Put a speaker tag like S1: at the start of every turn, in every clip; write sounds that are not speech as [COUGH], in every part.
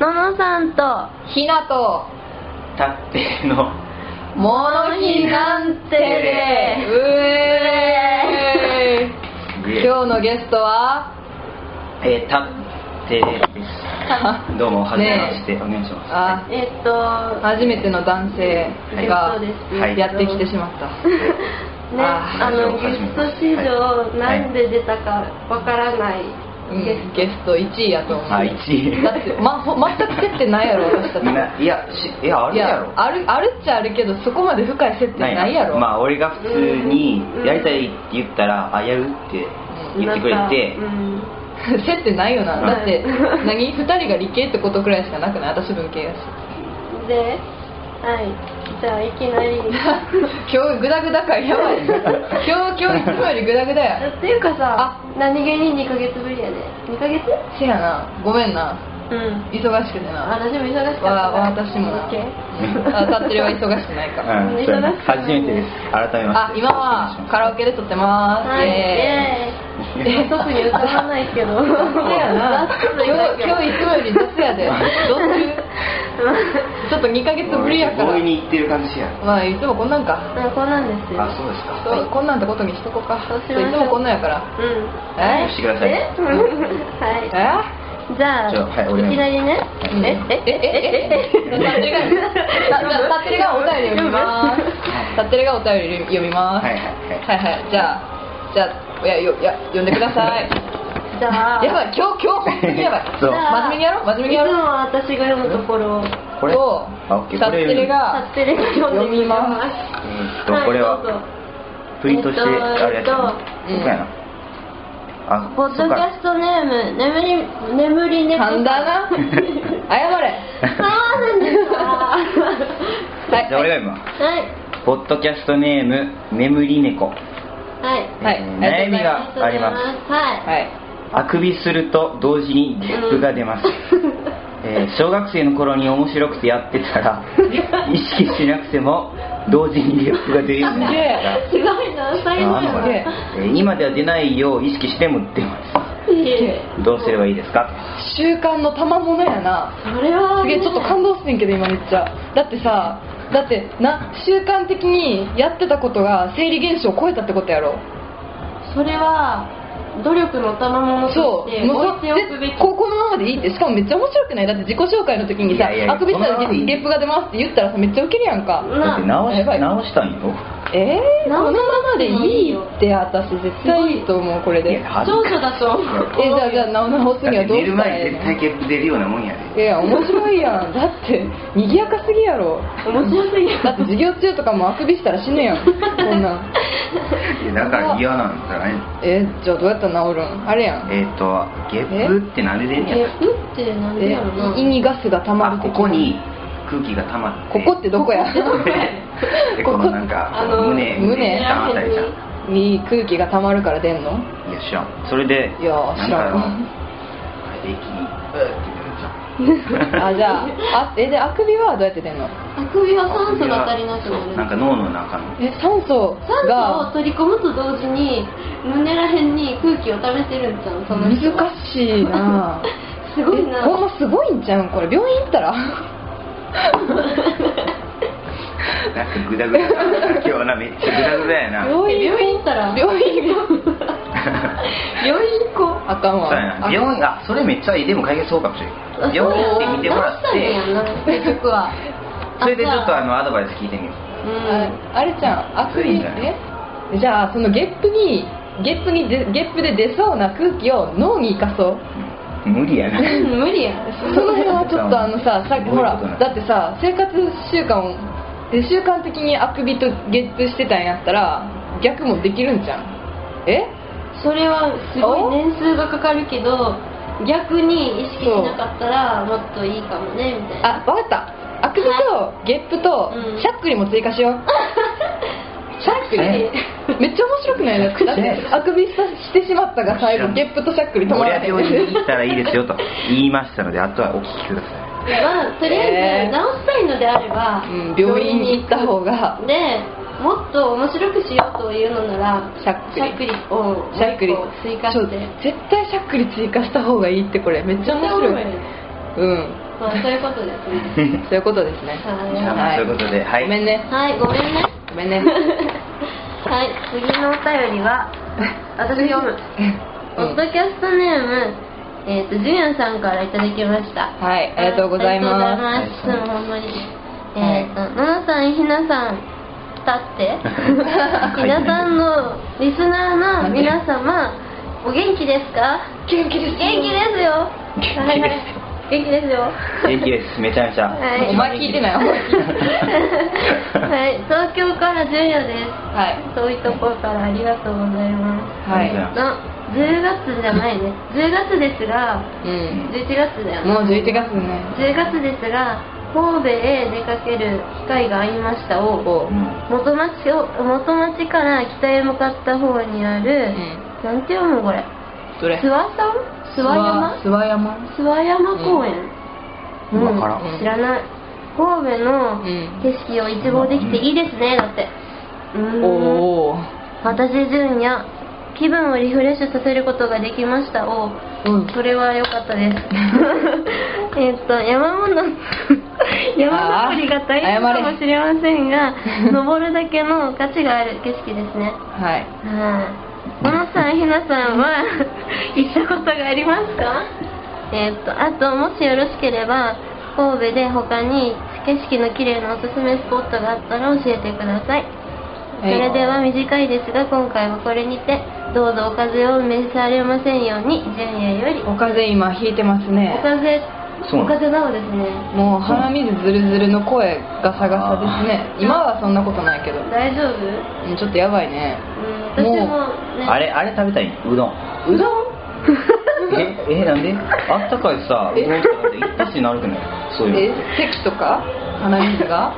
S1: ののさんと
S2: ひなと
S3: たっての
S2: 物日なんてでうえーい今日のゲストは
S3: えー、たってですどうもはじめまして、お願いします
S2: あ
S1: えっと
S2: 初めての男性が
S1: そうです
S3: はい
S2: やってきてしまった
S1: ね
S2: あ
S3: ー
S1: あの
S3: ラ
S1: ギ
S3: ジ
S1: フ
S3: オ始め
S1: ト
S3: た
S1: 史上
S3: はい
S1: なんで出たかわからない
S2: うん
S1: ゲス
S2: ゲスト1位やと思う
S3: あ
S2: だ
S3: 一位
S2: って、ま、ほ全く接点ないやろ私たち
S3: ないやしいやある
S2: い
S3: や
S2: や
S3: ろ
S2: あるあるっちゃあるけどそこまで深い接点ないやろ
S3: まあ俺が普通にやりたいって言ったら、あやるって言ってくれて、
S1: うん
S2: [LAUGHS] 接点ないよな、
S3: うん
S2: だって何2人が理系ってことくらいしかなくない私文系やし
S1: ではいじゃあいき
S2: [LAUGHS]
S1: なり
S2: 今日グダグダ感や
S3: [LAUGHS]
S2: ばい今日今日いつもよりグダグダや
S1: っていうかさ何気に2ヶ月ぶりやで2ヶ月
S2: せやなごめんな
S1: うん
S2: 忙しくてな
S1: 私も忙しかったか
S2: わ
S1: ら
S2: 私もな
S1: OK
S2: うんあたってるは忙しくないか
S3: う
S2: ら
S3: ん、そうやね初めてです改めま
S2: あ
S3: して
S2: 今はカラオケで撮ってまーす
S1: はい、
S2: イエーイ
S1: イエーイ特に歌わないけど
S2: [LAUGHS] そうやな今日
S1: [LAUGHS]
S2: 今日いつもより雑やでどうするちょっと2ヶ月ぶりやから
S3: 強引に行ってる感じや
S2: まあいつもこんなんか
S1: あこうなんですよ
S3: あそうですか
S2: そうこんなんってことにしとこうか
S1: そうしましょう
S2: いつもこんなんやから
S1: うん
S2: え
S3: してください
S1: えはい
S2: え
S1: じゃあ、
S3: じゃあはいお願い
S1: きなりね。
S2: うんえええええ立ってるがたじゃあ立ってるがお便り読みます立ってるがお便り読みます
S3: はいはいはい
S2: はいはいじゃあじゃあいやよいや読んでください
S1: じゃあ、
S2: やばい今日今日本当にやばい
S3: そう
S1: じゃあ
S2: 真面目にやろう真面目にやろう
S1: いつも私が読むところを、
S3: これ
S2: を
S3: あオッケー
S2: 立ってるが
S1: 勝手に読んでみます。
S3: えーっと、これは
S1: はいどうぞ
S3: プリントしてあるや
S2: え
S3: つやな
S2: っと
S3: そうやなあ
S1: ポッドキ
S3: そう
S1: ャ
S3: か
S1: ストネーム、眠り、眠り猫。
S2: 噛んだな謝れ
S1: そうなんですか。
S2: はい
S3: じゃあ俺が今
S1: はい。
S3: ポッドキャストネーム眠り猫
S1: はい。
S2: はい
S3: えー
S2: あ
S3: 悩
S2: り
S3: み
S2: が
S3: があります
S1: す。は
S2: はい
S3: あくびすると同時にゲップが出ます、えー小学生の頃に面白くてやってたら意識しなくても同時にゲップが出るようになった
S1: い。すごいな、才能
S3: ああんのかな
S2: すげ
S1: が。
S2: え
S3: えー今では出ないよう意識しても出ま
S1: いえ
S3: すどうすればいいですか
S2: 習慣の賜物やな
S1: それは
S2: すげえちょっと感動してんけど今めっちゃだってさだってな習慣的にやってたことが生理現象を超えたってことやろ
S1: それは努力の賜物
S2: そ
S1: と
S2: う
S1: して置いておくべき
S2: でこうこのままでいいってしかもめっちゃ面白くないだって自己紹介の時にさ
S3: いやいや
S2: あくびしたら
S3: そんなの
S2: ゲップが出ますって言ったらさめっちゃウケるやんか
S3: だって直
S2: やば
S3: し
S2: い
S3: 直したんよ
S2: えー、
S1: 直さ
S2: こ
S1: な
S2: の
S1: くても
S2: ままでいいって私絶対いいと思うこれ
S3: い
S2: でえ
S3: や恥
S1: 長
S3: ずかしい
S1: 所だと思う
S2: じゃあじゃあ直直す
S3: だっ
S2: には
S3: て
S2: どう
S3: 寝
S2: し
S3: る
S2: たら
S3: 前
S2: え
S3: に絶対ゲップ出るようなもんやで
S2: えのいや面白いやんだって賑やかすぎやろ
S1: 面白すぎる
S2: だって授業中とかもあくびしたら死ぬやんこんなん
S3: いやだから嫌なんじゃない
S2: えじゃあどうやったら治るんあれやん
S3: えっ、とゲップってなんで出んや
S1: えうってなんで
S2: え
S1: やろな
S2: 胃にガスが溜ま
S3: あ
S2: る的
S3: こ
S2: な
S3: こに空気が溜まって
S2: ここってど
S3: [LAUGHS]
S2: こや
S3: でこのなんか
S1: あの
S3: 胸
S2: 胸
S3: 感あたりじゃん
S2: に空気が溜まるから出んの
S3: いや知らんそれで
S2: いや
S3: なん
S2: 知
S3: からあの
S2: ん
S3: 駅にうーって出るじゃん
S2: [LAUGHS] あじゃああえであくびはどうやって出んの
S1: あくびは酸素が足りなく
S3: そう
S1: な
S3: なん
S1: る
S3: か脳の中の
S2: え酸素
S1: 酸素を
S2: が
S1: 取り込むと同時に胸らへんに空気を溜めてるんじゃんその
S2: 難
S1: 人
S2: しいな
S1: すごいな
S2: えほん [LAUGHS] ますごいんじゃうんこれ病院行ったら [LAUGHS]
S3: なんかグダグダ今日なめっちゃグダグダやな
S2: 病
S1: え
S2: 院
S1: 病院行ったら
S2: 病院行こ
S1: 病
S2: う
S1: 院行こう
S2: あかんわ
S3: [LAUGHS] そうやな病院あそれめっちゃいいでも解決そうかもしれ
S1: あ
S3: ん病院行って見てもらっ
S1: そうや
S3: て
S1: な出したんやな結局は
S3: それでちょっと
S1: あ
S3: あのアドバイス聞いてみよう
S1: う
S2: [LAUGHS] あ
S1: ん
S2: あれちゃんあく
S3: いい
S2: び
S3: んじゃない
S2: えじゃあそのゲップにゲップにでゲップで出そうな空気を脳に生かそう
S3: 無理やな
S1: 無理や
S2: その辺はちょっとあの
S3: [LAUGHS]
S2: ささっきほら
S3: どういうことなの
S2: だってさ生活習慣をで習慣的にあくびとゲップしてたんやったら逆もできるんじゃんえ
S1: それはすごい年数がかかるけど逆に意識しなかったらもっといいかもねみたいな
S2: あわかったあくびとゲップと
S1: うん
S2: しゃっくりも追加しよう
S1: [LAUGHS]
S2: しゃっくり
S3: え
S2: めっちゃ面白くないだってだってあくびさしてしまったが最
S3: 知ら
S2: 後
S3: ん
S2: ゲップとしゃっくり止ま
S3: 俺
S2: ら
S3: は
S2: ない
S3: 病院に行ったらいいですよと言いましたのであとはお聞きください
S1: まあとりあえ
S2: え
S1: ず
S2: ー
S1: 直したいのであれば、
S2: うん病院に行った方が
S1: でもっと面白くしようというのなら
S2: しゃっく
S1: し
S2: り
S1: ゃっくりを
S2: しゃっくり
S1: もう一個追加
S2: ちょ
S1: して
S2: 絶対しゃっくり追加した方がいいってこれめっちゃ面白
S1: 絶
S2: い
S1: 対面白いね
S2: うん
S1: まあ、そういうことですね。
S2: そういうことですね
S1: はい
S3: そういうことで、はい。 [LAUGHS]
S2: ごめんね
S1: はい、ごめんね。
S2: ごめんね
S1: [LAUGHS] はい、次のお便りは、私読む。ポッドキャストネーム、えっ、と、ジュンさんからいただきました。
S2: はいありがとうございます
S1: ありがとうございます。もうほんまに。えっ、と、ナナさん、ひなさん、たっ
S2: [LAUGHS]
S1: て。ひなさんのリスナーの皆様、お元気ですか
S2: 元気です
S1: 元気ですよ。
S3: 元気です
S1: はいはい元気ですよ。
S2: [LAUGHS]
S3: 元気です、めちゃめちゃ。
S1: はい
S2: お前聞いてないお前聞いてない
S1: はい、東京からジュンです。
S2: はい
S1: 遠いところからありがとうございます。
S2: はい
S1: の10月じゃないね10月ですが
S2: うん
S1: 11月だよね
S2: もう11月ね
S1: 10月ですが神戸へ出かける機会がありましたを
S3: うん
S1: 元町を元町から北へ向かった方にあ
S2: う
S1: る、
S2: ん
S1: なんて読むこれ
S2: どれ
S1: 諏訪さん諏訪山
S2: 諏訪山
S1: 諏訪山公園、
S3: うんわから
S2: ん
S1: 知らない神戸の
S2: うん
S1: 景色を一望できていいですねだってうーん
S2: おお
S1: 私純や気分をリフレッシュさせることができましたを
S2: うん
S1: それは良かったです [LAUGHS] えっと山 [LAUGHS] もの山登りが大変かもしれません [LAUGHS] が登るだけの価値がある景色ですね
S2: はい
S1: はい小野 [LAUGHS] さんひなさんは行ったことがありますかえっとあともしよろしければ神戸で他に景色の綺麗なおすすめスポットがあったら教えてくださいそれでは短いですが今回はこれにてどうぞお風邪を召されませんように純也より
S2: お風邪今ひいてます
S1: お
S2: ね
S1: 風邪
S3: そ
S1: お
S3: うなん
S1: 風邪なおですね
S2: もう鼻水ズルズルの声ガサガサですね
S1: あー
S2: 今はそんなことないけど
S1: 大丈夫
S2: うんちょっとやばいね
S1: うん私もね
S3: あれ、あれ食べたい
S2: [LAUGHS]
S3: うどん。
S2: うどん
S3: え、え、なんであったかいさ、うどんとかで一発になるくないそうい
S2: え
S3: うの。
S2: 咳とか鼻水が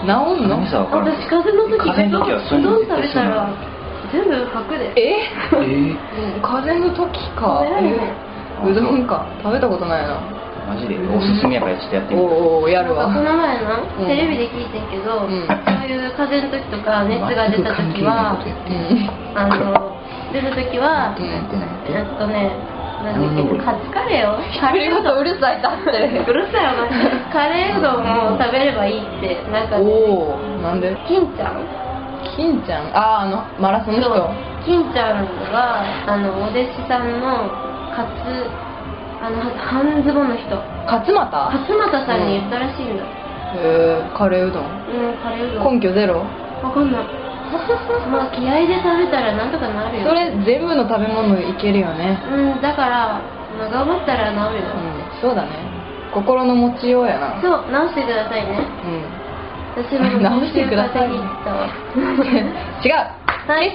S2: 治んの
S3: 何さ、わからん。
S1: 私風邪の時
S3: 風邪の時はそうういう
S1: ど
S3: の
S1: ん
S3: 絶
S1: 食
S3: 対
S1: べ
S3: し
S1: た
S3: ない
S1: ら全部吐くで
S2: え [LAUGHS]
S3: えー
S2: うん風邪の時か
S1: 食べられへん
S2: うどんか食べたことないな
S3: マジでおすすめやからちょっとやってみて
S2: おーおーやる
S1: なんかこ
S2: わ
S1: の前な、
S2: うん
S1: テレビで聞いてんけど、
S2: うん
S1: そういう風邪の時とか熱が出た時は
S3: 全く関係ないことや
S2: うんうん
S1: あの出る時は
S2: う
S3: やってない
S1: えっとねなんだっけカツカレーをカレーうどん
S2: うるさいだっ
S1: う
S2: て
S1: るさいお前カレーうどんを食べればいいってなんか
S2: [LAUGHS] おおなんで
S1: 金ちゃん
S2: 金ちゃんああーあのマラソンの人
S1: そう金ちゃんがあのお弟子さんのカツあの半ズボンの人
S2: 勝俣
S1: 勝俣さんに言ったらしいんだ
S2: へえカレーうどん
S1: うんカレーうどん
S2: 根拠ゼロ
S1: わかん
S2: [LAUGHS]
S1: ないまあ気合で食べたらなんとかなるよ
S2: それ全部の食べ物いけるよね
S1: うんだからまあ頑張ったら治るよ、
S2: うんそうだね心の持ちようやな
S1: そう直してくださいね
S2: [LAUGHS] うん
S1: 私も
S2: [LAUGHS] 直してください
S1: 行ったわ
S2: [LAUGHS] 違う
S1: はい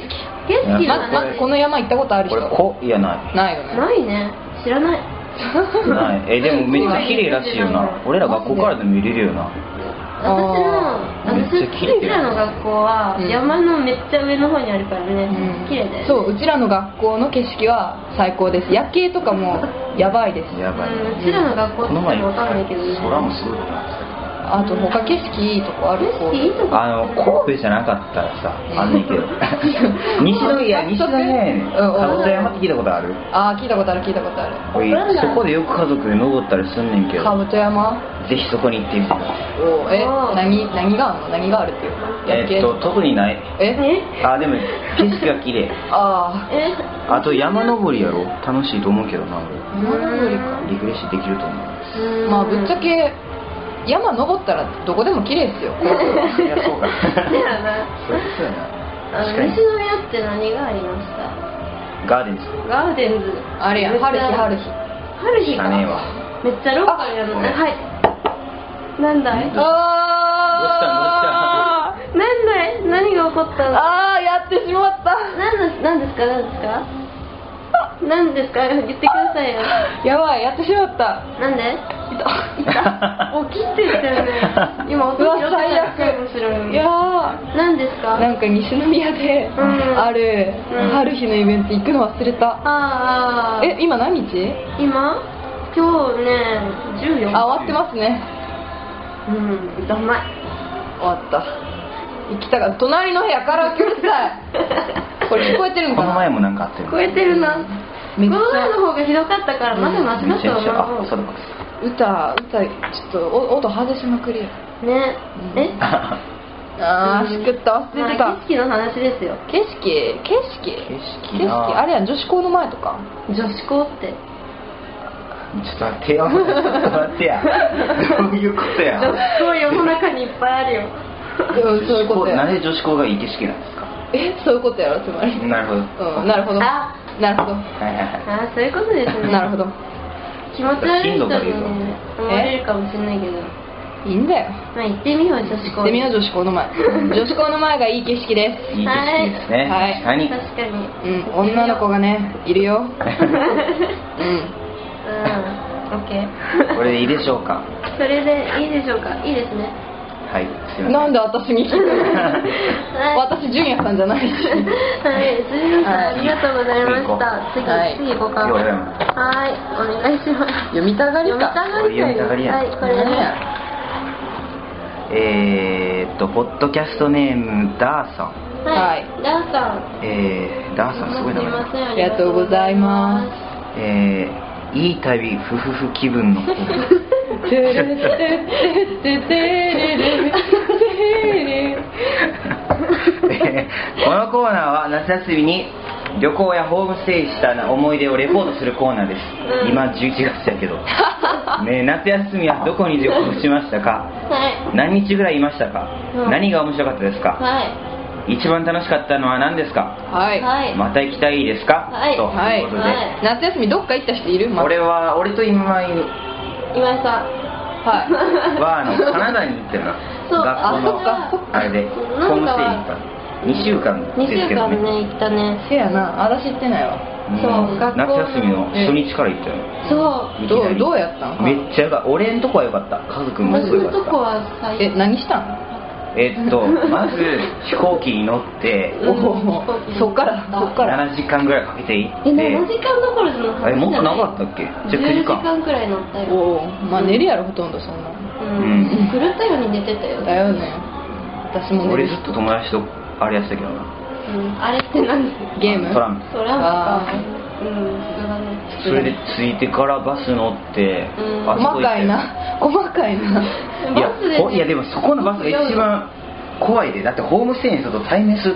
S1: 景色景色
S3: いや
S2: ま
S1: は
S2: まこの山行ったことある
S3: こ
S2: 人
S3: れ、こ、いや、な
S2: ないよね
S1: ないね知らない
S3: い。ない。え、でもめっちゃ綺麗らしいよな。俺ら学校からでも見れるよな。
S1: 私の私
S3: めっちゃ綺麗
S1: うちらの学校は
S2: うん
S1: 山のめっちゃ上の方にあるからね、
S2: うん
S1: 綺麗だよね
S2: そううちらの学校の景色は最高です夜景とかもやばいです
S3: やばい。
S1: うんうちらの学校っ
S3: こ
S1: て
S3: の前
S1: わ
S3: 行った
S1: かんないけどね
S3: 空もすごいな。
S2: あと他景色いいとこある
S1: 景色いいとこ
S3: あの神戸じゃなかったらさあんねん
S1: [LAUGHS]
S3: けど西のいや西のやねん
S2: ん
S3: 籠田山って聞いたことある
S2: ああ聞いたことある聞いたことある
S3: おい
S1: わかんない
S3: そこでよく家族で登ったりすんねんけど
S2: 兜山
S3: ぜひそこに行ってみて
S2: おえ
S1: おー
S2: 何何があるの何があるっていうか夜景
S3: えーっと特にない
S2: え
S1: え
S3: あでも景色が綺麗
S2: あ
S1: え
S3: あと山登りやろ楽しいと思うけどな
S2: あ
S3: 俺
S2: 山登りか
S3: リフレッシュできると思う
S1: うん
S2: [LAUGHS] まあぶっちゃけ山登ったらどこでも綺麗ですよ
S3: [LAUGHS] いやそうか
S1: そうやな
S3: そういうことやな
S1: あ
S3: 確
S1: の
S3: か
S1: 西
S3: に
S1: 宮って何がありました
S3: ガーデンズ
S1: ガーデンズ
S2: あれやん春日春日
S1: 春日
S3: 知 [LAUGHS]
S1: から
S3: ねえわ
S1: めっちゃローカルやのね
S3: あ
S1: はいなんだい
S3: どうした
S2: あー
S1: なんだい何が起こったの
S2: あーやってしまった
S1: なんなんですかなんですかなんですか言ってくださいよ
S2: やばいやってしまった
S1: なんで
S3: [LAUGHS]
S1: 起きてたよね今音
S2: うわ
S1: 拾って
S2: 最
S1: ない
S2: 悪
S1: かもしれ
S2: い
S1: ない
S2: や
S1: なんです
S2: ー
S1: か
S2: なんか西宮で
S1: ん
S2: ある
S1: うん
S2: 春日のイベント行くの忘れた
S1: あーあー
S2: え今何日
S1: 今今日ね14
S2: あ終わってますね
S1: うんだまい
S2: 終わった行きたかった隣の部屋カラオケうる
S3: [LAUGHS]
S2: さいこれ聞こえてるの
S3: こ
S2: か
S3: の
S2: な
S3: 前もなんかあったよ
S1: 超えてるな
S2: めっち
S1: この前
S2: ゃ
S1: の方がひどかったからまだマシだと
S3: めちゃめちゃあ
S1: 思う、
S3: そうだ
S1: う
S2: 歌歌ちょっとお音外しまくりや
S1: ね
S2: うん
S1: え
S2: あ
S1: う
S2: あ
S1: ん
S2: しくった忘れて
S1: ま
S2: た
S1: あ景色の話ですよ
S2: 景色景色
S3: 景
S2: 景
S3: 色な
S2: 色あれやん女子校の前と
S3: [LAUGHS]
S2: か
S1: 女子校って
S3: [LAUGHS] ちょっと待ってよちょっと待って [LAUGHS] やどういうことや
S1: 女子校世の中にいっぱいあるよ
S2: うんそういうこと
S3: な
S2: や
S3: ぜ女子校がいい景色なんですか
S2: えそういうことやろつまり
S3: なるほど
S2: うんなるほどな
S1: あ
S2: るほど
S3: はいはいはい
S1: あーそういうことですね
S2: なるほど
S1: 気持ち悪い人に
S3: 頻度がいいぞ
S1: 思われるかもしれないけど
S2: いいんだよ
S1: まあ行ってみよう女子
S2: 行
S1: 校
S2: ってみよう女子校
S1: [LAUGHS]
S2: の前女子校の前がいい景色で
S3: いい景色ですね、
S2: はい
S3: 確かに
S1: 確かに
S2: すうん
S1: [LAUGHS]
S2: 女の子がねいるよう
S1: う
S2: ん
S1: んオッケ
S3: これでいいでしょうか
S1: ーそれでいいでしょうかいいですね
S3: はいすいません
S2: なんで私に聞いた
S3: [LAUGHS]
S2: の
S1: はい
S2: 私純也さんじゃないし
S1: はい、すみません、ありがとうございました。次、
S2: はい
S1: 次行こうか。
S3: ありがとうございます
S1: はい、お願いします。
S2: 読みたがり
S1: 読みた
S2: か
S1: がりたい。はい、これ
S2: ね
S1: ね。
S3: えー、っとポッドキャストネームダーさん
S1: はい、ダーさん。
S3: えー、ダーさんすごい名前だ
S1: すいません
S2: ありがとうございます
S3: えー、いい旅ふふふ気分の
S1: [LAUGHS]
S3: コーナー
S2: てれてれてれてれてれ
S3: えーこのコーナーは夏休みに旅行やホームステイした思い出をレポートするコーナーです、
S1: うん
S3: 今11月だ
S1: [LAUGHS]
S3: けど、ねえ、夏休みはどこに旅行しましたか
S1: はい。
S3: 何日ぐらいいましたか、
S1: うん
S3: 何が面白かったですか、
S1: は
S3: 一番楽しかったのは何ですか、
S2: はい
S1: い。はい。
S3: また行きたいですか、
S1: はい
S3: と
S2: はいいう
S3: ことで、
S1: はい
S2: 夏休みどっか行った人いるま
S3: 俺は俺と今井
S1: 今井さん。
S3: [LAUGHS]
S2: は
S1: [LAUGHS]
S3: はあのカナダに行ってな
S1: そう
S3: 学校の
S1: あそっかそっ
S3: あれでホ
S1: なんか
S3: ームステイに行った2週間
S1: 二
S3: です
S1: 週
S3: け
S1: 間
S3: どね
S1: ね、行ったね。
S2: いせやな私行ってないわ
S3: うん
S1: そう学校
S3: 夏休みの初日から行ったよ、
S1: そう。
S3: いき
S2: ど
S3: なり
S2: うどうやった
S3: め
S2: ん
S3: っちゃよかった俺んとこはよかったカズくんもす
S1: 私
S3: ごい
S1: の
S3: よかっ
S1: とこ
S3: た
S1: は最
S2: え何したん
S3: えっとまず飛行機に乗って
S1: うん
S2: おおそっからそっから
S3: 7時間ぐらいかけて行っ
S1: え、7
S3: て
S1: 時間どころじゃなかった。
S3: あれもっとなかったっけじゃあ9
S1: 10
S3: 時
S1: 時
S3: 間
S1: 間くらい乗ったよ。
S2: おおまあ寝るやろほとんどそんな
S1: うん。狂ったように寝てたよ。
S2: だよね私も寝
S3: 俺
S2: る
S3: ずっと友達とあれやってたけどな
S1: うん。あれって何
S2: ゲーム
S3: トランプ
S1: トラン
S2: あ
S1: プか。うん、さすがね。
S3: それで着いてからバス乗って
S1: うん
S3: あそ
S2: 細
S3: こ行ったよ
S2: かいな細かいない
S3: や
S1: バスで
S3: ほいやでもそこのバスが一番怖いでだってホームステイの人と対面する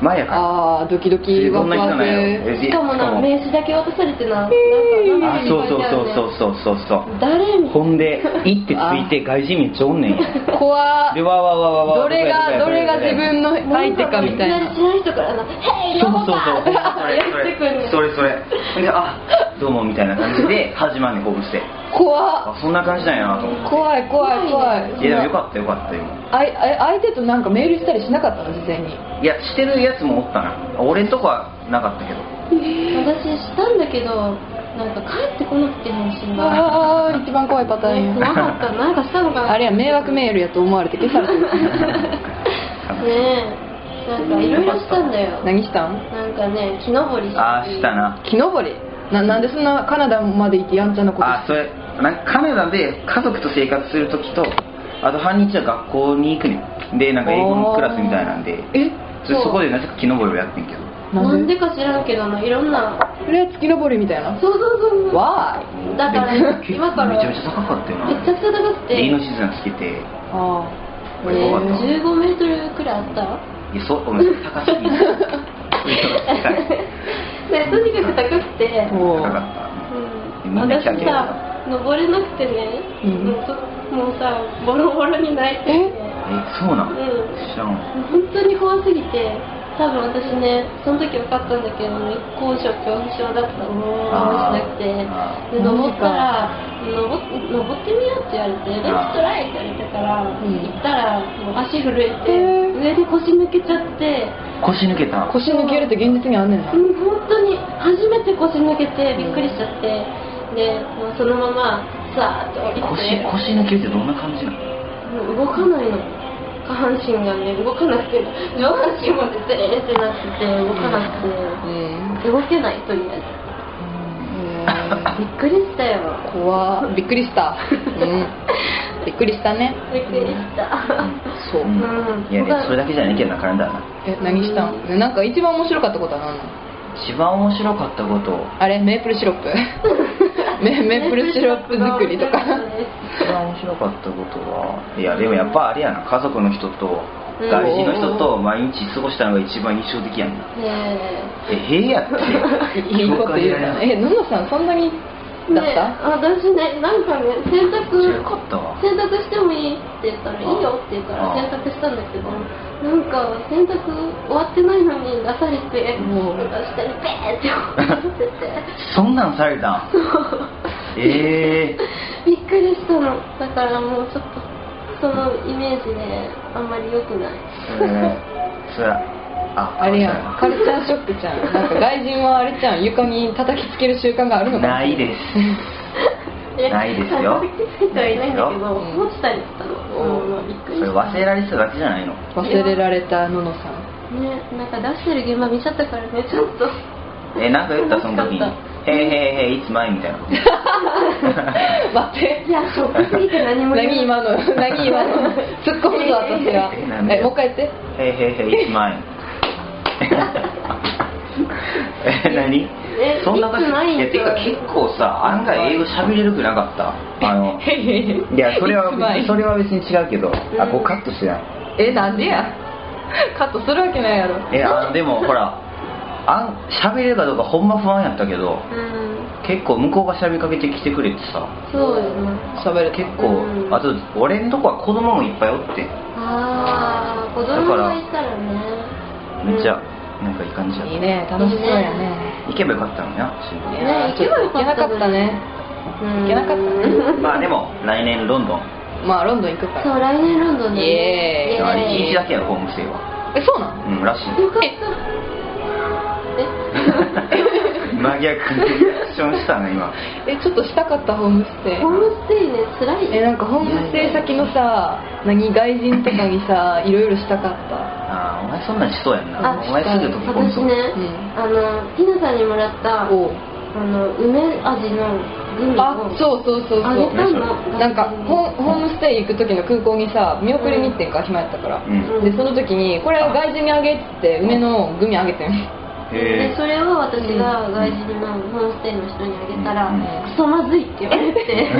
S3: 前やから
S2: あードキドキワ
S3: どん
S2: ク
S3: な
S2: ワ
S3: 人なんやろ
S2: ク
S3: え
S1: しかも
S3: しか
S1: な
S3: も
S1: 名刺だけ渡されてななんか
S3: あそうそうそうそうそうそうそう
S1: う誰み
S3: ほんで行って着いて外人めっちゃおんねん
S2: [LAUGHS]
S3: や
S2: 怖っ
S3: でわわわわわ
S2: どれがどれが自分
S3: の
S2: の相手かみたい
S1: いきなり
S2: な
S1: 知らない人からな「ヘイ
S3: そ
S1: ロ
S3: う
S1: ボ
S3: そう
S1: タン!」ってやってくんねん
S3: そうそれそれそれそれそれであどうもみたいな感じで始まんねんホームステイ
S2: 怖っ
S3: あそんな感じなんやなと思っ
S2: 怖い怖い怖い
S3: ていやでもよかったよかったよ
S2: あいあい相手となんかメールしたりしなかったの事前に
S3: いやしてるやつもおったな俺んとこはなかったけど
S2: [LAUGHS]
S1: 私したんだけどなんか帰ってこなくて返信が
S2: あ [LAUGHS] あ一番怖いパターン
S1: 怖
S2: や
S1: かったなんかしたのかな
S2: あれや迷惑メールやと思われて消されて
S3: [LAUGHS]
S2: る
S1: ねえなんかいろいろしたんだよ
S2: 何した
S1: な
S2: ん
S1: んかね木登りした
S3: ああしたな
S2: 木登りななんでそんなカナダまで行ってやんちゃなこと
S3: あそれなんかカナダで家族と生活する時とあと半日は学校に行くねんでなんか英語のクラスみたいなんで
S2: え
S3: そそこでなぜか木登りをやってんけど
S1: なんでか知らんけどないろんな
S2: それは月登りみたいな
S1: そうそうそうそう
S2: わーい
S1: だから
S3: 結
S1: 今か
S3: 構
S1: ら
S3: めちゃめち
S1: め
S3: ゃ高かったよな
S1: ちゃくちゃ高く
S3: で
S1: て
S3: イノシズナつけて
S2: あ
S3: 俺
S1: ね
S3: 怖かった
S1: 15メートルくらいあった
S3: いやそうお前高す
S1: [LAUGHS]
S3: ぎる
S1: ねとにかく高くて
S2: ー、お
S3: 高か
S2: ー
S3: っ
S1: うん、
S3: みんな
S1: 私
S3: キャーキャー
S1: さ登れなくてね、
S2: うん
S1: もうともうさボロボロに泣いてて
S3: たえそうな
S1: うん
S3: 知らん
S1: ん本当に怖すぎて多分私ねその時分かったんだけどね高所恐怖症だったのかもしれなく
S3: あ
S1: てで登ったら登登ってみようって言われてレッツトライって言われたから、
S2: ん
S1: 行ったらもう足震えて、
S2: へー
S1: 上で腰抜けちゃって
S3: 腰抜けた
S2: 腰抜けるって現実にあんねんな
S1: うん本当に初めて腰抜けてびっくりしちゃって、でもうそのままさーっと降りて
S3: 腰腰抜けるってどんな感じなの
S1: もう動かないの下半身がね動かなくて上半身もねずれーってなってて動かなく
S2: う
S1: て、
S2: ん
S1: 動けないとりあえず
S3: [LAUGHS]
S1: びっくりしたよ
S2: 怖っびっくりしたうんびっくりしたね
S1: びっくりした、
S2: そう
S3: うん
S1: うん
S3: いやねそれだけじゃねえけどなカナダな
S2: え何したんねなんか一番面白かったことは何なの
S3: 一番面白かったこと [LAUGHS]
S2: あれメープルシロップメメープルシロップ作
S1: [LAUGHS]
S2: りとか
S3: 一番面白かったことはいやでもやっぱあれやな家族の人と大事の人と毎日過ごしたのが一番印象的やんな
S1: ね
S3: えへえやって
S2: いいこと言うなえののさんそんなに
S1: え
S2: [LAUGHS] だった、
S1: 私ねなんかね洗
S3: 強
S1: 濯
S3: かったわ
S1: 洗濯してもいいって言ったらいいよって言うから
S3: あ
S1: 洗濯したんだけどなんか洗濯終わってないのに出されて
S2: もう
S1: 下にペーって落として [LAUGHS] て
S3: そんなんされた
S2: [LAUGHS]
S3: んええ
S1: びっくりしたのだからもうちょっとそのイメージであんまり良くない
S3: それそれあ
S2: あれやんカルチャーショックちゃんなんか外人はあれちゃん床に叩きつける習慣があるのか
S3: ないですないですよ
S1: 叩きつけてはいないんだけど
S2: ないですよ
S1: 落ちたりしたのうんびっくり
S3: そ
S1: し
S3: れ
S1: た
S3: 忘れられてただけじゃないの
S2: 忘れられたののさん
S1: ねなんか出してる現場見ちゃったからねちょっ
S3: [LAUGHS]
S1: と
S3: えなんか言ったその時に
S1: 楽し
S3: 「へいへいへいいつ前?」みたいなこと
S2: [LAUGHS] 待って
S1: いやショックすぎて何
S3: [LAUGHS]
S1: も
S2: 何今の何今の突っ込むぞ私は
S3: えなんで
S2: えもう一回やって
S3: 「へいへいへいいつ前?」 [LAUGHS]
S2: [LAUGHS]
S3: え何
S1: え
S3: そんな感
S1: いつないん
S3: じ
S1: だ
S3: えてか結構さ案外英語喋れるくなかったあの
S2: へい [LAUGHS] へいへ
S3: いやそれは
S2: 一枚
S3: それは別に違うけど
S1: ん
S3: あこうカットしてない
S2: えなんでやカットするわけないやろ
S3: えあのでもほらあん喋れるかどうかほんま不安やったけど
S1: うん
S3: 結構向こうが喋りかけてきてくれてさ
S1: そうよね
S2: 喋れて
S3: 結構
S1: うん
S3: あと俺んとこは子供もいっぱいおって
S1: ああ子供がいたらね
S3: めっちゃ
S1: ね
S3: なんかいい感じやった
S2: いいね楽しそうやね
S3: 行けばよかったのにな新聞
S1: いいね
S2: いやちょっと行けなかったね
S1: 行
S2: 行けなかったね
S3: まあでも来年ロンドン
S2: まあロンドン行くか
S1: そ
S2: ら
S1: う来年ロンドンに
S2: イエーイ
S1: イエーイ
S3: 1日だけやろホームステイは
S2: えそうなん
S3: うんらしい
S1: よかった
S3: 真逆にリアクションしたね今
S2: えちょっとしたかったホームステイ
S1: えホームステイね辛い
S2: えなんかホームステイ先のさ何外人とかにさいろいろしたかっ
S3: ああお前そんなんしそうやん
S1: あ
S3: なお前すぐ飛び込み
S1: 私
S3: そう
S1: ね、
S2: ん
S1: あのティナさんにもらった
S2: た
S1: あ
S2: おう
S1: の梅味のグミを
S2: あそうそうそう
S1: あげ
S2: そ
S1: た
S3: う
S1: の
S2: うなんかホホームステイ行く時の空港にさ見送りに行ってんか暇やったから
S3: う、ん
S2: でその時にこれ外人にあげって梅のグミあげてん
S3: へ
S1: で
S3: え
S1: それを私が外人のホームステイの人にあげたら
S3: うん
S1: クソまずいって言われて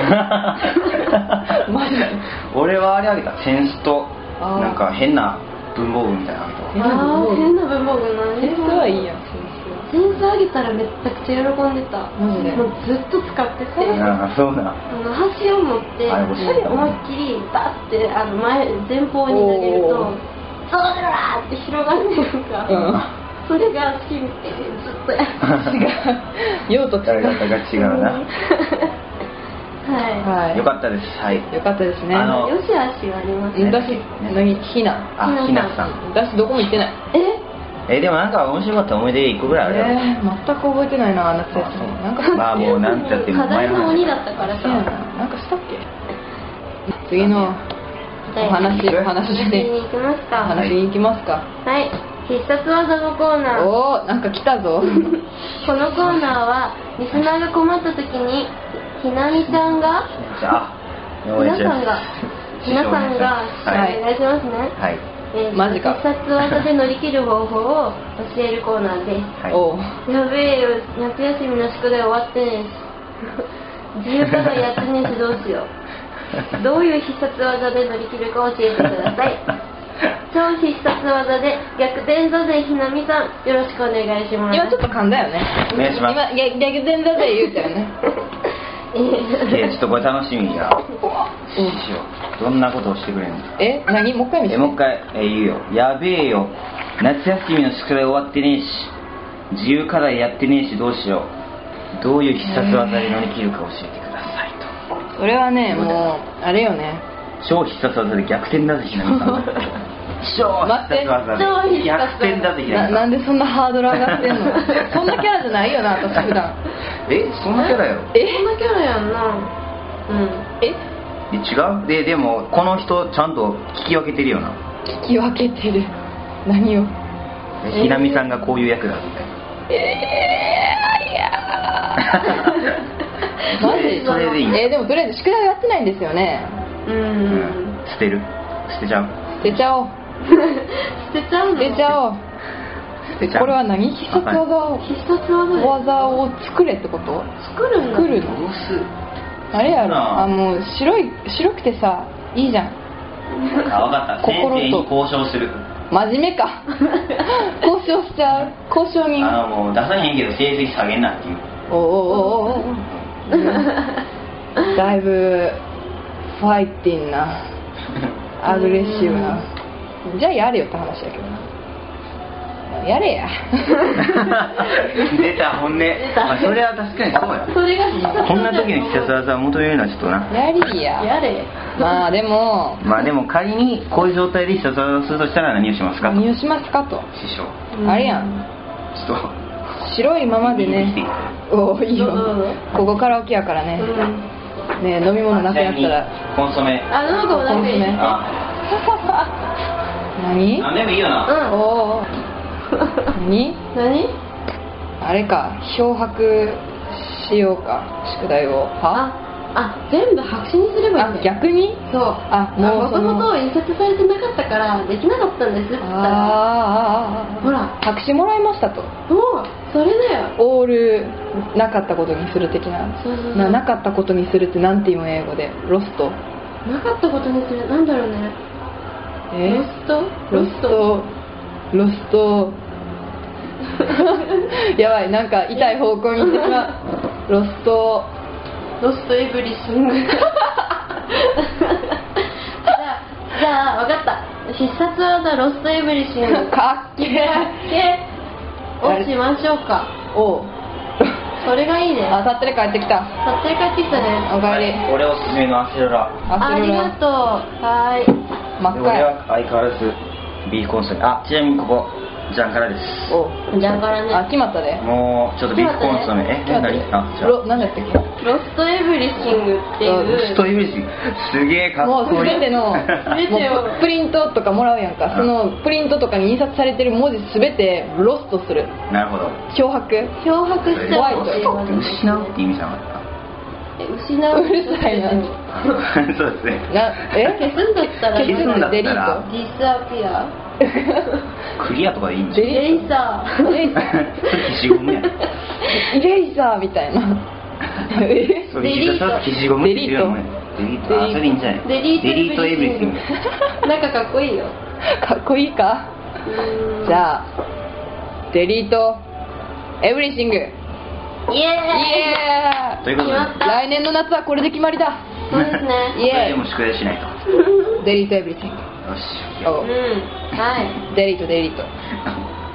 S2: [LAUGHS] マジで
S3: [LAUGHS] 俺はあれあげたセンスと
S2: あー
S3: なんか変な文房具みたいなのあげたわ
S2: え
S1: ああ変な文房具なん
S2: センスはいいやんセン
S1: センスあげたらめちゃくちゃ喜んでた
S2: マジで
S1: もうずっと使ってて
S3: ああそう
S1: [LAUGHS]
S3: な
S1: あの箸を持って
S3: あれ欲しいな
S1: 思いっきりバッてあの前前方に投げる
S2: お
S1: と
S2: ー
S1: ゾラーって広がってるか
S2: ス
S1: ら、
S2: は
S1: それが好きみたいでずっとやって
S2: うん [LAUGHS] 用途違
S3: 使い方
S2: う
S3: が違う [LAUGHS] な、
S1: は
S2: はい
S3: よかったですはい
S2: よかったですね
S3: あ
S1: い
S3: の
S1: よしあしはあります
S3: ね
S2: 私何ひな
S3: あ
S1: ひ
S3: ひ
S1: な
S3: な
S1: さ
S3: さ
S1: ん
S3: ん
S2: 私どこも行ってない
S1: え
S3: えでもなんか面白かった思い出一個ぐらいあるやろ、
S2: えー全く覚えてないな夏休みなんか
S3: まあもうなんちゃっても
S1: 課
S3: う前
S1: 題
S3: の
S1: の
S3: 話
S1: 鬼だったから
S2: そうやな
S1: さ
S2: なんかしたっけ次のお話お話
S1: 話
S2: で
S1: に行きます
S2: お
S1: か
S2: 話に行きますか、
S1: はい必殺技のコーナー
S2: おおなんか来たぞ
S1: このコーナーはリスナーが困った時にひなみちゃんが
S3: じゃあ
S1: 皆さんが皆さんがお
S3: は
S2: はい
S3: い、
S1: 願いしますね、
S3: はい
S1: えー
S2: マジか
S1: 必殺技で乗り切る方法を教えるコーナーで
S3: [LAUGHS] はい、
S2: おお
S1: すやべえよ夏休みの宿題終わってねえし [LAUGHS] 自由課題やってねえしどうしようどういう必殺技で乗り切るか教えてくだ
S2: [LAUGHS]
S1: さい超必殺技で逆転座でひなみさんよろしくお願いします
S2: 今ちょっと噛んだよね
S3: お願いします
S2: 今逆逆転だぜ言うたよね
S3: [LAUGHS]
S1: えー
S3: えーちょっとこれ楽しみや
S2: う
S3: ど
S2: ん
S3: うしようどんなことをしてくれるの
S2: え何もう一回見せ
S3: え
S2: て
S3: もう一回、えー言うよやべえよ夏休みの宿題終わってねえし自由課題やってねえしどうしようどういう必殺技で乗り切るか教えてくださいと
S2: それはねもうあれよね
S3: 超必殺技で逆転だぜひなみさ
S2: [LAUGHS]
S3: ん超必殺技で逆転だぜひ
S2: な
S3: なみさ
S2: なんんでそんなハードル上がってんのそんなキャラじゃないよな私普段
S3: えそんなキャラやろ
S2: [LAUGHS] え
S1: そんなキャラやんなうん
S2: え
S3: え違うででもこの人ちゃんと聞き分けてるよな
S2: 聞き分けてる何を
S3: ひなみさんがこういう役だ
S2: [LAUGHS] えーいやーマジ
S3: それでいい
S2: えーでもとりあえず宿題やってないんですよね
S1: う
S3: [LAUGHS] うんん捨てる捨てちゃう
S2: 捨てちゃおう
S1: 捨てちゃう
S2: 捨
S1: の
S2: てちゃおうえこれは何必殺技を
S1: 必殺技で
S2: 技を作れってこと
S1: 作るんだ
S2: 作る
S3: どうす
S2: あれや
S3: そう
S2: ろ
S3: なん
S2: あもう白い白くてさいいじゃん
S3: あ分かった先
S2: 心と
S3: 生に交渉する
S2: 真面目か交渉しちゃう交渉人
S3: あのもう出さへんけど成績下げん
S2: [LAUGHS]
S3: なっていう
S2: おおおおお
S1: [LAUGHS]
S2: だいぶファイティンなアグレッシブなじゃあやれよって話だけどなやれや
S3: 出た本音まあそれは確かにそうや
S1: それが必殺技
S3: こんな時の必殺技を求めるのはちょっとな
S2: やりや
S1: やれ
S2: まあでも
S3: まあでも仮にこういう状態で必殺技をするとしたら何をしますか
S2: 何をしますかと
S3: 師匠
S2: あれやん
S3: ちょっと
S2: 白いままでねおおいいよ
S1: どうぞどうぞ
S2: ここカラオケやから
S1: う
S2: ね
S1: ん
S2: ね飲み物なくなったら
S3: コンソメ
S1: あどの子もなんかいい
S2: コンソメ
S3: あ
S2: 何
S3: 何でもいいよな
S2: お
S1: う
S2: おお何
S1: ん何
S2: あれか漂白しようか宿題を
S1: あ
S2: は
S1: あ全部白紙にすればいいん
S2: あ
S1: だよ
S2: 逆に
S1: そう
S2: あも
S1: も
S2: う
S1: と
S2: その
S1: もと印刷されてなかったからできなかったんですって言ったら
S2: あーあーあーあー
S1: ほら
S2: 白紙もらいましたと
S1: もうそれだよ
S2: オールなかったことにする的な
S1: そうそうそう
S2: ななかったことにするってなんて言うの英語でロスト
S1: なかったことにするなんだろうね
S2: え
S1: ロスト
S2: ロストロストやばいなんか痛い方向に行ってしまうロスト
S1: ロストエブリシングじゃあじゃあ分かった必殺技ロストエブリシング
S2: かっけえ
S1: でをしましょうか
S2: おう
S1: それがいいね
S2: あさってで帰ってきた
S1: 撮影帰ってきたね
S2: おかえり
S3: はい俺おすすめのアセロラ
S1: ありがとうはーい
S2: 真っ
S3: で
S2: 赤
S3: 俺
S2: や
S3: は相変わらず B コンソメあちなみにここジャンからです
S2: お
S1: じゃんからね
S2: あ決まったで
S3: もうちょっと B コンソメえ
S2: 決まった
S3: 何
S2: で
S3: あじゃ
S2: ロ何だったっけ
S1: ロストエブリシングってい
S3: あ
S1: う
S3: 人イメージすげえか
S2: も
S3: っ
S2: う
S3: こいい
S2: 全てのも
S1: 全てを
S2: うプリントとかもらうやんかそのプリントとかに印刷されてる文字全てロストする
S3: [LAUGHS] なるほど
S2: 漂白
S1: 漂白しちゃうっていう
S3: そうって失うって意味じゃなかっ
S1: え失う
S2: うるさいな
S3: た [LAUGHS] そうですね
S2: なえ
S1: 消すんだったら
S2: 消す
S3: 消すんだった
S2: デリー
S3: ら
S1: ディスアピア
S3: クリアとかでいいんじ
S2: デ
S1: [LAUGHS]
S3: ゃん
S1: イ
S2: リ
S1: レイサー
S2: イレイ
S3: そ [LAUGHS] れ消しゴムやん
S2: イレイザーみたいなえ
S3: それ実は消しゴムっていうのもんやデリートあそれいいんじゃない
S1: デリート
S3: デリートエブリシング
S1: [LAUGHS] なんかかっこいいよ
S2: かっこいいかじ
S1: あ
S2: ゃあデリートエブリシングイ
S1: イ
S2: エ
S1: エーイ
S2: ー
S3: ということで
S1: 決まっ
S2: イ来年の夏はこれで決まりだ
S1: そうです [LAUGHS] ね
S2: イエーイ
S3: これでも宿題しないと
S2: デリートエブリシング
S3: よし
S2: [LAUGHS] お
S1: うんはい
S2: デリートデリート
S3: は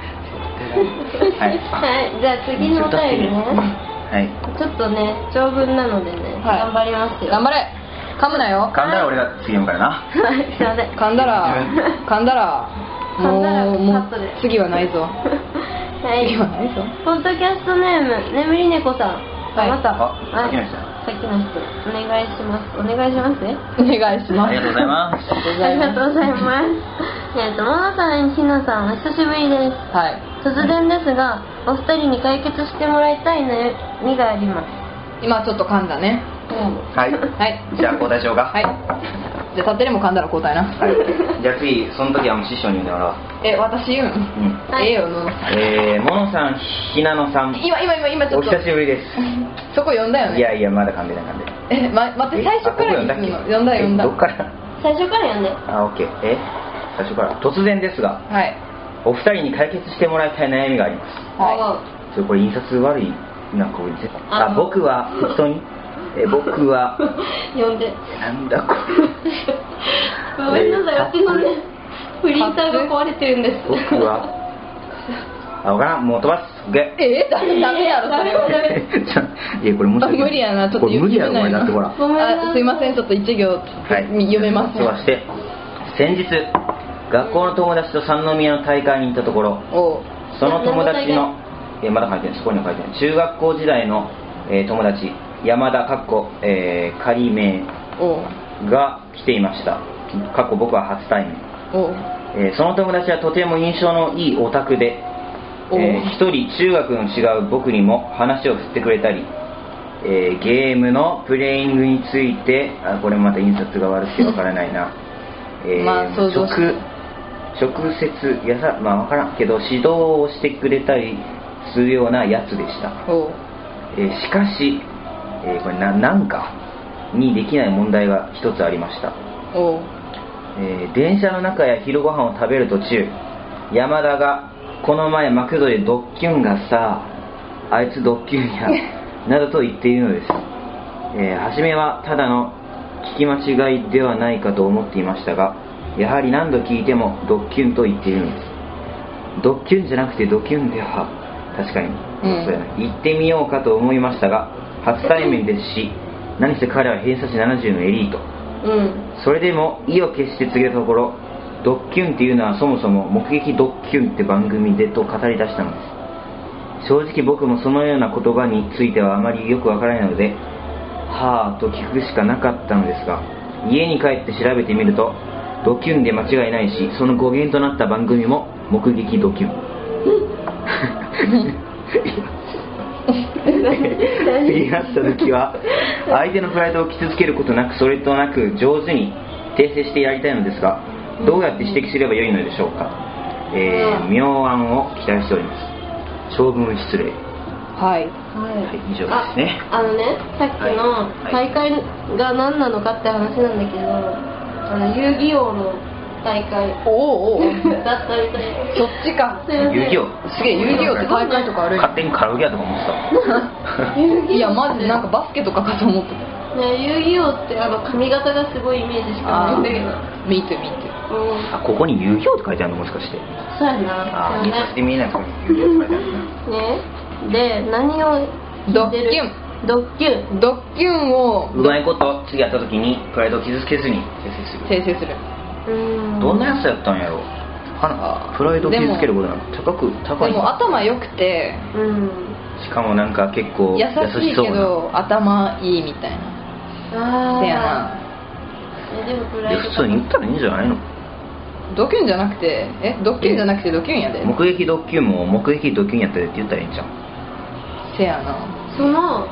S3: い
S1: はいじゃあ次のお便りね
S3: はい
S1: ちょっとね長文なのでね、
S2: はい
S1: 頑張りますよ
S2: 頑張れ噛むなよ
S3: 噛んだら俺が次読むからな
S1: はいすいませ
S2: [LAUGHS]
S1: ん
S2: 噛んだ
S3: [LAUGHS]
S2: ら噛んだら
S1: 噛んだら
S2: もうもう
S1: カットで
S2: 次はないぞ
S1: は
S2: 次はいないぞ
S1: ポッドキャストネーム眠り猫さん
S2: はい
S1: あまた
S3: あさっきの人
S1: さっきの人お願いしますお願いしますね
S2: お願いします
S3: ありがとうございます
S2: ありがとう
S1: ありがとう
S2: ございま
S1: ございます。えっと、モノさん、ひなさん、お久しぶりです。
S2: すはい
S1: 突然ですが、お二人に解決してもらいたい悩みがあります。
S2: 今ちょっと噛んだね
S1: うん
S3: はい
S2: はい
S3: じゃあ交代しようか
S2: はいじゃあ立ってでも噛んだら交代な
S3: はいじゃあ次その時はもう師匠に言うんだから
S2: え私言うん
S3: うん
S1: はい
S2: ええよの
S3: えー、ものさんひなのさん
S2: 今今今今ちょ
S3: お
S2: っと
S3: 久しぶりです
S2: そこ呼んだよ
S3: い
S2: ね
S3: やいやまだ噛んでない噛んでない
S2: えま待って
S3: え
S2: 最初からに
S3: あ
S2: す
S3: 僕
S2: るの
S3: 呼
S2: 呼んだ呼んだ
S3: えどっから
S1: 最初からやんで。
S3: あオッケーえ最初から突然ですが
S2: はい
S3: お二人に解決してもらいたい悩みがあります
S2: は
S3: それこれ印刷悪いなんかこれ全部
S1: あ
S3: あ僕は人にえ僕
S2: [LAUGHS]
S3: は
S1: 呼んで。
S3: なんだこれ
S1: ごめんなさい、私のね、プリンターが壊れてるんです。
S3: 僕はあわからんもう飛ばすオッケ
S2: いえダメダメやろそれは [LAUGHS]
S1: ダメ
S3: ーちょいやこれ申し訳
S2: 無理やなちょっと
S3: これ無理やろこれだってほら
S1: ごめんなさい
S2: あすいませんちょっと一行 [LAUGHS] 読めません、
S3: 飛ばして先日学校の友達と三宮の大会に行ったところ
S2: おう
S3: その友達の、えーまだ書いてない、そこには書いてない、中学校時代の、えー友達、山田かっこ、えー仮名
S2: おう
S3: が来ていました、かっこ僕は初対面、
S2: おう
S3: えーその友達はとても印象のいいオタクで、え
S2: おう
S3: ー一人中学の違う僕にも話を振ってくれたり、えーゲームのプレイングについてあこれまた印刷が悪くてわからないな、えー
S2: まあ想像し
S3: 直直接やさまあ分からんけど指導をしてくれたりするようなやつでした、
S2: おう
S3: えーしかし、えーこれななんかにできない問題が一つありました、
S2: おう
S3: えー電車の中や昼ご飯を食べる途中山田が「この前マクドでドッキュンがさあいつドッキュン
S2: [LAUGHS]
S3: や」などと言っているのです、えー初めはただの聞き間違いではないかと思っていましたがやはり何度聞いてもドッキュンと言っているのですドッキュンじゃなくてドキュンでは確かに、
S2: うん
S3: そうやな行ってみようかと思いましたが初対面ですし何せ彼は偏差値70のエリート
S1: うん
S3: それでも意を決して告げたところドッキュンっていうのはそもそも目撃ドッキュンって番組でと語り出したのです正直僕もそのような言葉についてはあまりよくわからないのではあと聞くしかなかったのですが家に帰って調べてみるとドキュンで間違いないしその語源となった番組も目撃ドキュンって言い合った時は
S2: [LAUGHS]
S3: 相手のプライドを傷つけることなくそれとなく上手に訂正してやりたいのですがどうやって指摘すればよいのでしょうか、えー、妙案を期待しております長文失礼
S2: は
S1: は
S2: い
S1: い
S3: 以上ですね
S1: ああのねさっきの
S3: は
S1: 大
S3: い
S1: 会が何なのかって話なんだけど、あの遊戯王の大会
S2: おうおうおう
S1: [LAUGHS] だったみたいな
S2: そっちか
S1: すいません
S3: 遊戯王
S2: すげえ遊戯王って大会とかあるんや
S3: 勝手にカラオケやとか思ってた
S1: 遊戯王
S2: [LAUGHS] いやマジでなんかバスケとかかと思って
S1: ね遊戯王ってあの髪型がすごいイメージしかないんだけど
S2: た見て見て
S1: うん
S3: あここに遊戯王って書いてあるのもしかして
S1: そうや
S3: あ
S1: な
S3: あ
S1: そう
S3: 見
S1: や
S3: させて見えないこに遊戯
S2: [LAUGHS]
S3: 王って書いてあるな
S1: ねねで何を
S2: ドッキュン
S1: ンドッキュン
S2: ドッキュンを
S3: うまいこと次やった時にプライドを傷つけずに訂正する
S2: 訂正する
S1: うん
S3: どんなやつやったんやろはなプライドを傷つけることなんて高く高
S2: で
S3: い
S2: も頭良くて
S1: うん
S3: しかもなんか結構
S2: 優
S3: 優
S2: し
S3: し
S2: い
S3: そう
S2: け
S3: な
S2: ど頭いいみたいな
S1: ああ
S2: せやな
S1: えでもプ
S3: い
S1: ライ
S3: や
S1: ド
S3: 普通に言ったらいいんじゃないの
S2: ドキュンじゃなくてえドッキュンじゃなくてドキュンやで
S3: 目撃ドッキュンも目撃ドッキュンやったでって言ったらいいんじゃん
S2: せやな
S1: その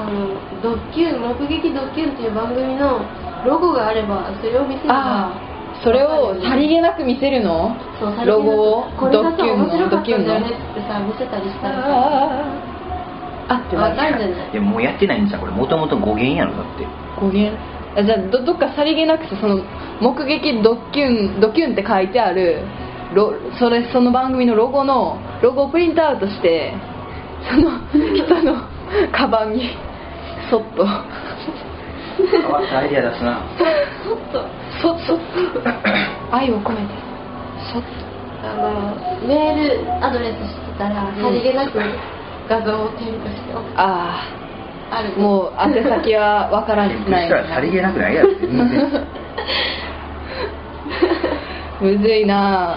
S1: あのドッキュン目撃ドッキュンっていう番組のロゴがあればそれを見せれば
S2: あそれをさりげなく見せるの
S1: そうさりげな
S2: ロ
S1: く
S2: ゴを
S1: これ
S2: ド
S1: が
S2: ッキ
S1: さ
S2: ュン
S1: 面白
S2: のド
S1: かっ
S2: ッキュ
S1: たん
S2: ン
S1: だ
S2: の
S1: よねってさ見せたりしたら
S2: あーあって
S1: わか
S2: な
S1: るんじ
S2: る
S1: ゃない
S3: でももうやってないんじゃんこれもともと語源やろだ
S2: [LAUGHS]
S3: って
S2: 語源あじゃあどどっかさりげなくてその目撃ドッキュンドキュンって書いてあるロそれその番組のロゴのロゴをプリントアウトしてその [LAUGHS] 人のカバンにそっと
S3: 変わったアイデア出すな
S2: [LAUGHS]
S1: ちょっと
S2: そそっと愛を込めてそっ
S1: あのメールアドレスしてたら
S2: うん
S1: さりげなく画像を添付しておく
S2: とあ
S1: ある
S2: あもう宛先はわから
S3: そし
S2: な
S3: [LAUGHS] た
S2: い
S3: らさりげなくないやろ全然
S2: むずいな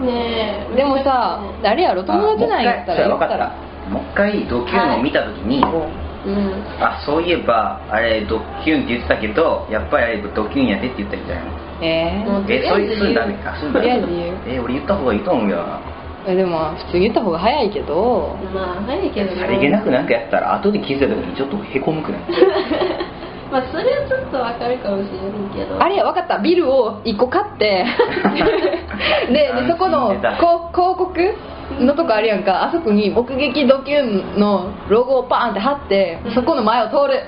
S1: ねえ
S2: でもさあれやろ友達なんやったら言
S3: あもう一回そうやわ
S2: っ
S3: か
S2: た
S3: っ
S2: ら
S3: たもう一回ドッキュンを見た時に、
S1: うん
S3: あそういえばあれドッキュンって言ってたけどやっぱりあれドッキュンやでって言ったみたいな
S2: えー
S1: もうとりあえ
S3: え
S1: ず
S3: そう
S1: 言う
S3: いうすんだねあすんだ
S2: とりあえず言う
S3: え俺言った方がいいと思うよな
S2: えでも普通に言った方が早いけど
S1: まあ早いけどね
S3: さりげなくなんかやったら後で気づいた時にちょっとへこむくない
S1: まあそれはちょっとわかるかもしれないけど [LAUGHS]
S2: あれや分かったビルを1個買って
S3: [LAUGHS]
S2: ででそこの
S3: 安心してた
S2: こ広告のとこあるやんかあそこに目撃ドキュンのロゴをパーンって貼ってそこの前を通る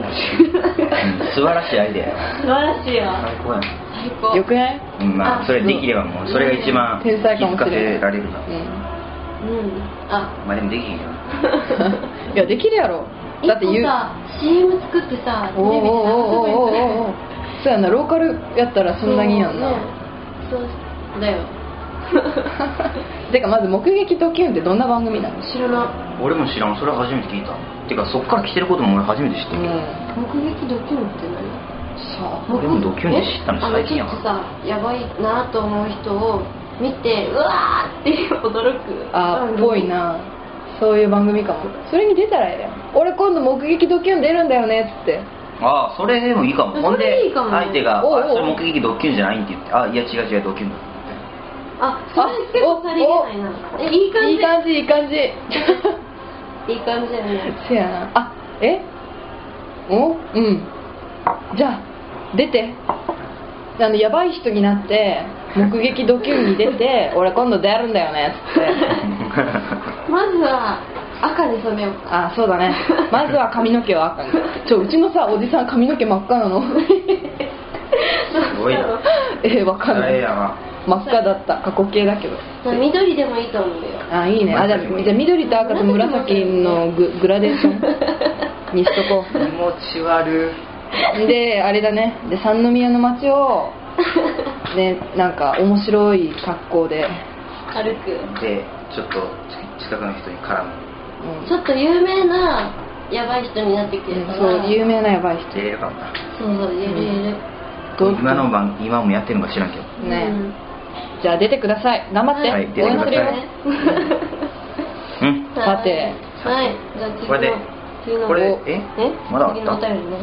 S3: うん素晴らしいアイデアや
S1: 素晴らしいわ
S3: 最高やな
S1: 最高
S2: よくない
S3: うんまあ
S1: あ
S3: それできればもうそれが一番
S2: 天才かもし
S3: 気づ
S2: れ
S3: かせら
S2: ない
S3: れるな
S1: うんあ
S3: まあでもできへんよ
S2: うん、いやできるやろ [LAUGHS] だって
S1: 一
S2: 言
S1: 個
S2: う
S1: さ CM 作ってさテ
S2: おー
S1: レ
S2: おー
S1: ビで流
S2: おーおーお
S1: せ
S2: ーお
S1: ばいい
S2: ーそうやなローカルやったらそんなにやんな、
S1: そうねそう
S2: [LAUGHS]
S1: だよ
S2: てかまず目撃ドキュンってどんな番組なの
S1: 知らな
S3: 俺も知らんそれ初めて聞いたてかそっから来てることも俺初めて知って
S2: うん
S1: い目
S3: る
S1: 撃ドキュンって何
S2: さあ
S3: 俺もドキュンで知ったの最近やわ
S1: あのちょっとさやばいなと思う人を見てうわーって驚く
S2: あ
S1: うん
S2: っぽいなそういう番組かもそれに出たらええやん俺今度目撃ドキュン出るんだよねっつって
S3: ああそれでもいいかも
S1: それ
S3: ほん
S1: い
S3: で
S1: いかも
S3: 相手が「
S2: おうおう
S3: あそれ目撃ドッキュンじゃないん」って言って「あいや違う違うドッキュンだ」
S1: あそれ結構さりげないなえいい感じ
S2: いい感じいい感じ [LAUGHS]
S1: いい感じやね
S2: せやなあえおうんじゃあ出てあのやばい人になって目撃ドキュンに出
S1: [LAUGHS]
S2: て俺今度出るんだよねっつって
S1: まずは赤に染めようか
S2: あそうだねまずは髪の毛を赤にちょうちのさおじさん髪の毛真っ赤なの [LAUGHS]
S3: すごいな
S2: えわかんな
S3: 誰
S2: い
S3: やわ
S2: 真っ赤だった過去形だけど
S1: まあ緑でもいいと思うよ
S2: あいいねあじゃあじゃあ緑と赤と紫のググラデーショ [LAUGHS] ンにしとこ
S3: 気持ち悪いう
S2: であれだねで三宮の街 [LAUGHS] をねなんか面白い格好で、
S1: 軽く
S3: でちょっとち近くの人に絡む
S2: うん
S1: ちょっと有名なヤバい人になってきてるから
S2: そう有名なやばい人
S3: でよかった
S1: そうそうゆるゆる
S2: どう
S3: 今の晩今もやってるのか知らんけど
S2: ね、じゃあ出てください頑張って、
S3: はい出て
S2: 応
S3: く
S2: 援し
S3: ださ
S2: て
S3: い
S2: るよ
S3: うん
S2: さて
S1: はいじゃあ次の
S3: これで
S1: 次の
S3: これえまだあった
S1: 次のお便りね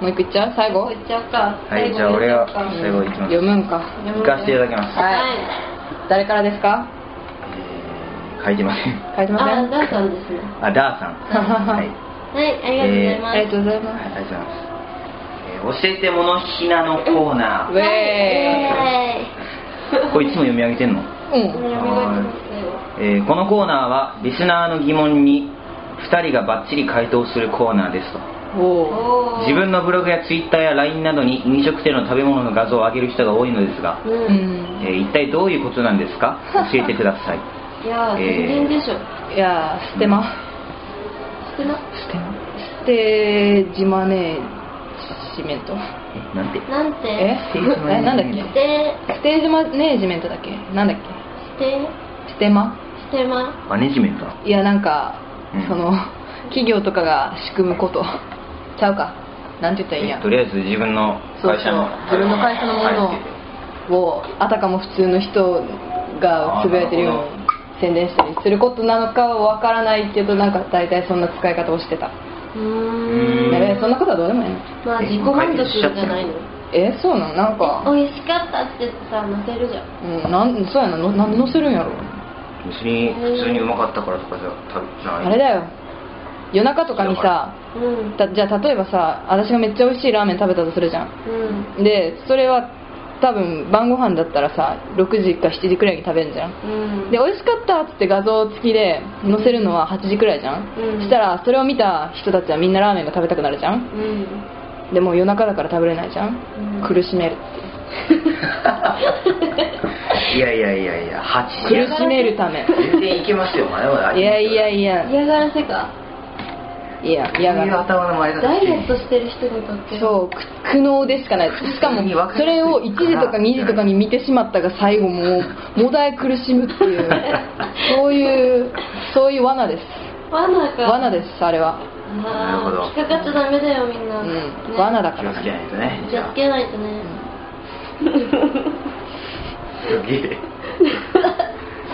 S2: もう一個いっちゃう最後、
S1: こういっちゃうか
S3: はいじゃあ俺が最後いきます
S2: 読むんか
S3: 行かせていただきます、
S2: は
S1: はい
S2: 誰からですか
S3: えー書いてません
S2: 書いてませ
S1: あ
S2: ん
S1: ダーさんですね
S3: あダー
S2: [LAUGHS]
S3: さんはい
S1: はいありが
S2: あり
S1: とう
S2: がと
S1: ござ
S2: う
S1: います
S2: ございま
S3: はい
S2: す
S3: ありがとうございます、えー教えてものひなのコーナ
S2: ウェーイ [LAUGHS]
S3: ーこれいつも読み上げてんの
S1: イエーイ
S2: うん
S1: これ読み上げてますよ
S3: えーこのコーナーはリスナーの疑問に2人がバッチリ回答するコーナーですと
S2: おお
S1: おー
S3: 自分のブログや Twitter や LINE などに飲食店の食べ物の画像を上げる人が多いのですが、
S1: う
S2: うんん
S3: えー一体どういうことなんですか教えてくだ
S2: [LAUGHS]
S3: さい
S1: いやー
S3: えー
S1: 全然でしょ
S2: いやー捨てま
S1: 少な
S3: してな
S2: 捨てじまねージメント
S3: えなんて
S1: なんて
S2: え
S3: ステージマネージメント
S2: えなんだっけ
S1: で
S2: ステージマネージメントだっけなんだっけ
S1: して
S2: 捨てま
S1: してま
S3: マネジメントない
S2: やなんか、
S3: うん
S2: その企業とかが仕組むことちゃうかなんて言ったらいいん
S3: え
S2: や
S3: とりあえず自分の
S2: そう
S3: 会
S2: そ
S3: 社の
S2: う自分の会社のもの
S3: はい
S2: をあたかも普通の人がつぶやいてるよう
S3: あーなる
S2: に宣伝したりすることなのかはわからないけどなんか大体そんな使い方をしてた、
S1: うー
S3: う
S1: ん
S3: ん
S2: やべえそんなことはどうでもいいの
S1: まあ自己満足じゃないの
S2: えそうなのなんか、
S1: 美味しかったってさ載せるじゃん
S2: うん、なんそうやなのなんで載せるんやろ
S3: 別に普通にうまかったからとかじゃ食べじゃない
S2: あれだよ夜中とかにさ
S1: うん
S2: たじゃあ例えばさ私がめっちゃ美味しいラーメン食べたとするじゃん
S1: うん
S2: でそれは多分晩ご飯だったらさ6時か7時くらいに食べるじゃん
S1: うん
S2: で美味しかったっつって画像付きで載せるのは8時くらいじゃん、
S1: うん
S2: したらそれを見た人たちはみんなラーメンが食べたくなるじゃん
S1: うん
S2: でも夜中だから食べれないじゃん、
S1: うん
S2: 苦しめる
S3: いやいやいやいや8
S2: 苦
S3: 時や
S2: しめるため
S3: 全然いけますよ前まであ
S2: い
S3: りま
S2: や
S3: す
S2: い
S3: よ
S2: やいや
S1: 嫌がらせか
S2: いや嫌が
S3: そういう
S2: ら
S3: 頭の回り方
S1: ダイエットしてる人にとって
S2: そうく苦悩でしかないしかも
S3: 普通に分かりやすい
S2: それを1時とか2時とかに見てしまったが最後もうもだえ苦しむっていうそういうそういう罠です
S1: 罠か
S2: 罠ですあれは
S1: な
S3: なるほど
S1: 引っかかっちゃダメだよみんな
S2: う
S1: ね
S2: ん罠だか
S3: 気を
S2: ら
S3: つけないとね
S1: 気
S3: じ
S1: を
S3: ゃ
S1: つけないとね
S3: あすげえ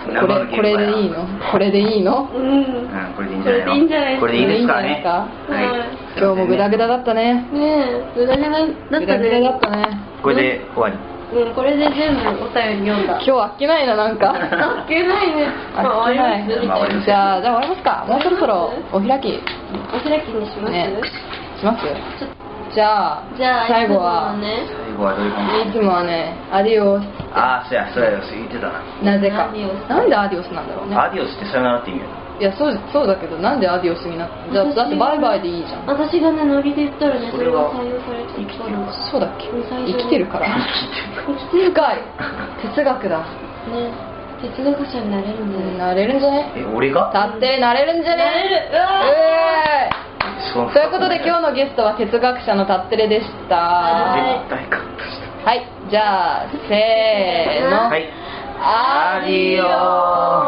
S2: これこれでいいのこれでいいの
S1: うん
S3: うんこれでいいんじゃないの
S1: これでいいんじゃないですか
S3: これでいいです
S1: これでいいんじゃないで
S3: からねはい
S2: 今日もグダグ
S3: ダ
S2: ダだったね
S1: ねえ無駄なだった
S2: グダグダだっ
S1: ね
S2: たね
S3: これで終わり
S1: うんこれで全部お便り読んだ
S2: 今日はあっけないななん
S1: [LAUGHS]
S2: か
S1: あっけないね
S2: あっけない
S1: まあ終わりますみたいな
S2: じゃあじゃあ終わりますかもうそろそろお開き
S1: お開きにします、
S2: ねしますじゃあ
S1: じゃあ
S2: 最後は
S1: つもね
S3: 最後はどういう感
S2: いつもはねアディオス
S3: ああそうやそうやそう言ってたな
S2: なぜか
S1: アディオス
S2: なんでアディオスなんだろうね
S3: アディオスってさよならって意味や
S2: いやそうそうだけどなんでアディオスになっただ
S1: 私
S2: だってバイバイでいいじゃん
S1: 私がねノリで言ったらねそ
S3: それ
S1: れ
S3: は
S1: が採用されちゃったからね
S2: そうだっけ
S1: 最初に
S2: 生きてるから深い [LAUGHS] 哲学だ
S1: 哲学者になれるんだよね
S2: なれるんじゃね
S3: [LAUGHS] え俺が
S2: 立ってなれるんじゃね
S1: なれるうわ
S2: えーい
S3: その
S2: ということで今日のゲストは哲学者のたってれでしたは
S3: 絶対カットした
S2: いじゃあせーの、
S3: はい
S2: アディオ